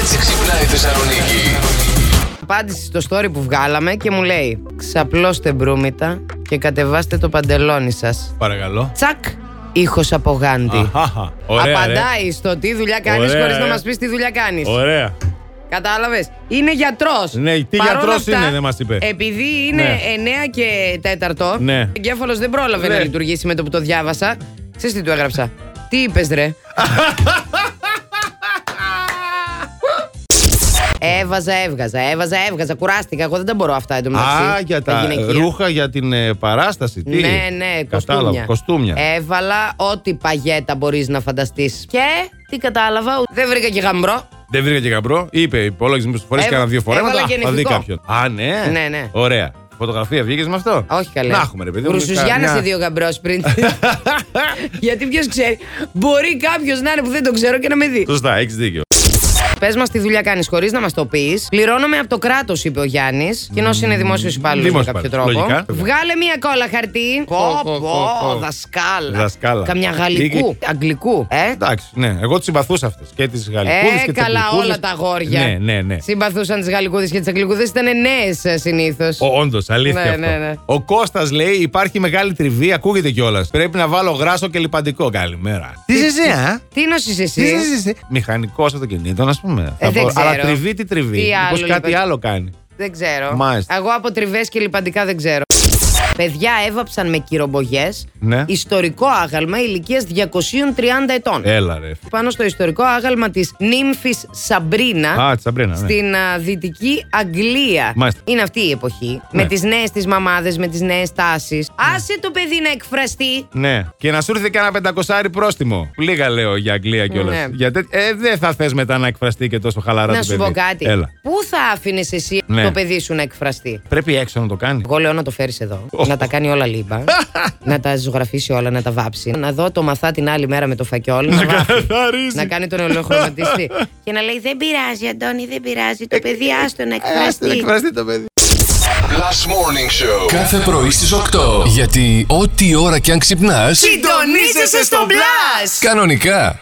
έτσι ξυπνάει η Θεσσαλονίκη. Απάντηση στο story που βγάλαμε και μου λέει Ξαπλώστε μπρούμητα και κατεβάστε το παντελόνι σας. Παρακαλώ. Τσακ, ήχος από γάντι. Αχα, ωραία. Απαντάει στο τι δουλειά κάνεις Ωραία, χωρίς να ρε. μας πεις τι δουλειά κάνεις. ρε. Ωραία. Κατάλαβες. Είναι γιατρός. Ναι, τι γιατρός είναι, δεν μας είπε. Επειδή είναι Ναι. 9 και 4, Ναι. ο εγκέφαλος δεν πρόλαβε Ναι. να λειτουργήσει με το που το διάβασα. Ξέρεις τι του έγραψα. Τι είπες, ρε. Έβαζα, έβγαζα, έβαζα, έβγαζα. Κουράστηκα. Εγώ δεν τα μπορώ αυτά εντωμεταξύ. Α, για τα γυναικεία. ρούχα για την ε, παράσταση. Τι? Ναι, ναι, Ε. Κατάλαβα, κοστούμια. Έβαλα ό,τι παγέτα μπορείς να φανταστείς. Και τι κατάλαβα, ου- δεν βρήκα και γαμπρό. Δεν βρήκα και γαμπρό. Είπε, υπόλογε μου φορές Έβα- κάνα δύο φορέ. Ε, έβαλα Μετά θα δει γεννητικό. κάποιον. Α, ναι. Ναι, ναι. Ωραία. Φωτογραφία βγήκες με αυτό. Όχι καλέ. Να έχουμε, ρε παιδί μου. Γρουσουζιά να σε δύο γαμπρός πριν. Γιατί ποιος ξέρει. Μπορεί κάποιος να είναι που δεν τον ξέρω και να με δει. Σωστά, έχεις δίκιο. Πες μας τι δουλειά κάνεις χωρίς να μας το πεις. Πληρώνομαι από το κράτος, είπε ο Γιάννης. Κοινός είναι δημόσιος υπάλληλος με δημόσιος κάποιο τρόπο. υπάλληλος, λογικά. Βγάλε μία κόλλα χαρτί. Πω, πω, πω, πω. δασκάλα. Δασκάλα. Καμιά Λίγη. γαλλικού, αγγλικού. Ε, Εντάξει, ναι. Εγώ τις συμπαθούσα αυτές. Και τις γαλλικούδες ε και τις καλά, όλα τα αγόρια. Ναι, ναι, ναι. Συμπαθούσαν τις γαλλικούδες και τις αγγλικούδες. Ήταν νέε συνήθω. Όντως, αλήθεια. Ναι, αυτό. ναι, ναι. Ο Κώστας λέει: Υπάρχει μεγάλη τριβή, ακούγεται κιόλας. Πρέπει να βάλω γράσο και λιπαντικό. Καλημέρα. Τι είσαι, α? Τι νοσεί Τι ε? εσύ. είσαι, εσύ. Μηχανικός αυτοκινήτων, ας πούμε. Θα δεν πω, ξέρω. Αλλά τριβή, τι τριβή. Τι άλλο, Μήπως κάτι λοιπόν. άλλο κάνει. Δεν ξέρω. Μάλιστα. Εγώ από τριβές και λιπαντικά δεν ξέρω. Παιδιά έβαψαν με κυρομπογιές Ναι. ιστορικό άγαλμα ηλικίας 230 ετών. Έλα, ρε. Πάνω στο ιστορικό άγαλμα της νύμφης Σαμπρίνα. Α, της Σαμπρίνα, ναι. Στην α, δυτική Αγγλία. Μάλιστα. Είναι αυτή η εποχή. Ναι. Με τις νέες της μαμάδες, με τις νέες τάσεις. Άσε το παιδί να εκφραστεί. Ναι. Και να σου έρθει και ένα πεντακοσάρι πρόστιμο. Λίγα λέω για Αγγλία κιόλας. Ναι. Ε, δεν θα θες μετά να εκφραστεί και τόσο χαλαρά Να το σου παιδί. πω κάτι. Έλα. Πού θα άφηνες εσύ Ναι. το παιδί σου να εκφραστεί. Πρέπει έξω να το κάνει. Εγώ λέω να το φέρεις εδώ, Ω. Ε. να τα κάνει όλα λίμπα, να τα ζωγραφίσει όλα, να τα βάψει. Να δω το μαθά την άλλη μέρα με το φακιόλ, να, βάφει, καθαρίζει. να κάνει τον ολοχρωματιστή. Ε, και να λέει: Δεν πειράζει, Αντώνη, δεν πειράζει. Το παιδί Ε, άστο να εκφραστεί. εκφραστεί το παιδί. Last Morning Show. Κάθε πρωί στις 8. Γιατί ό,τι ώρα κι αν ξυπνάς, Συντονίζεσαι στο μπλα! κανονικά.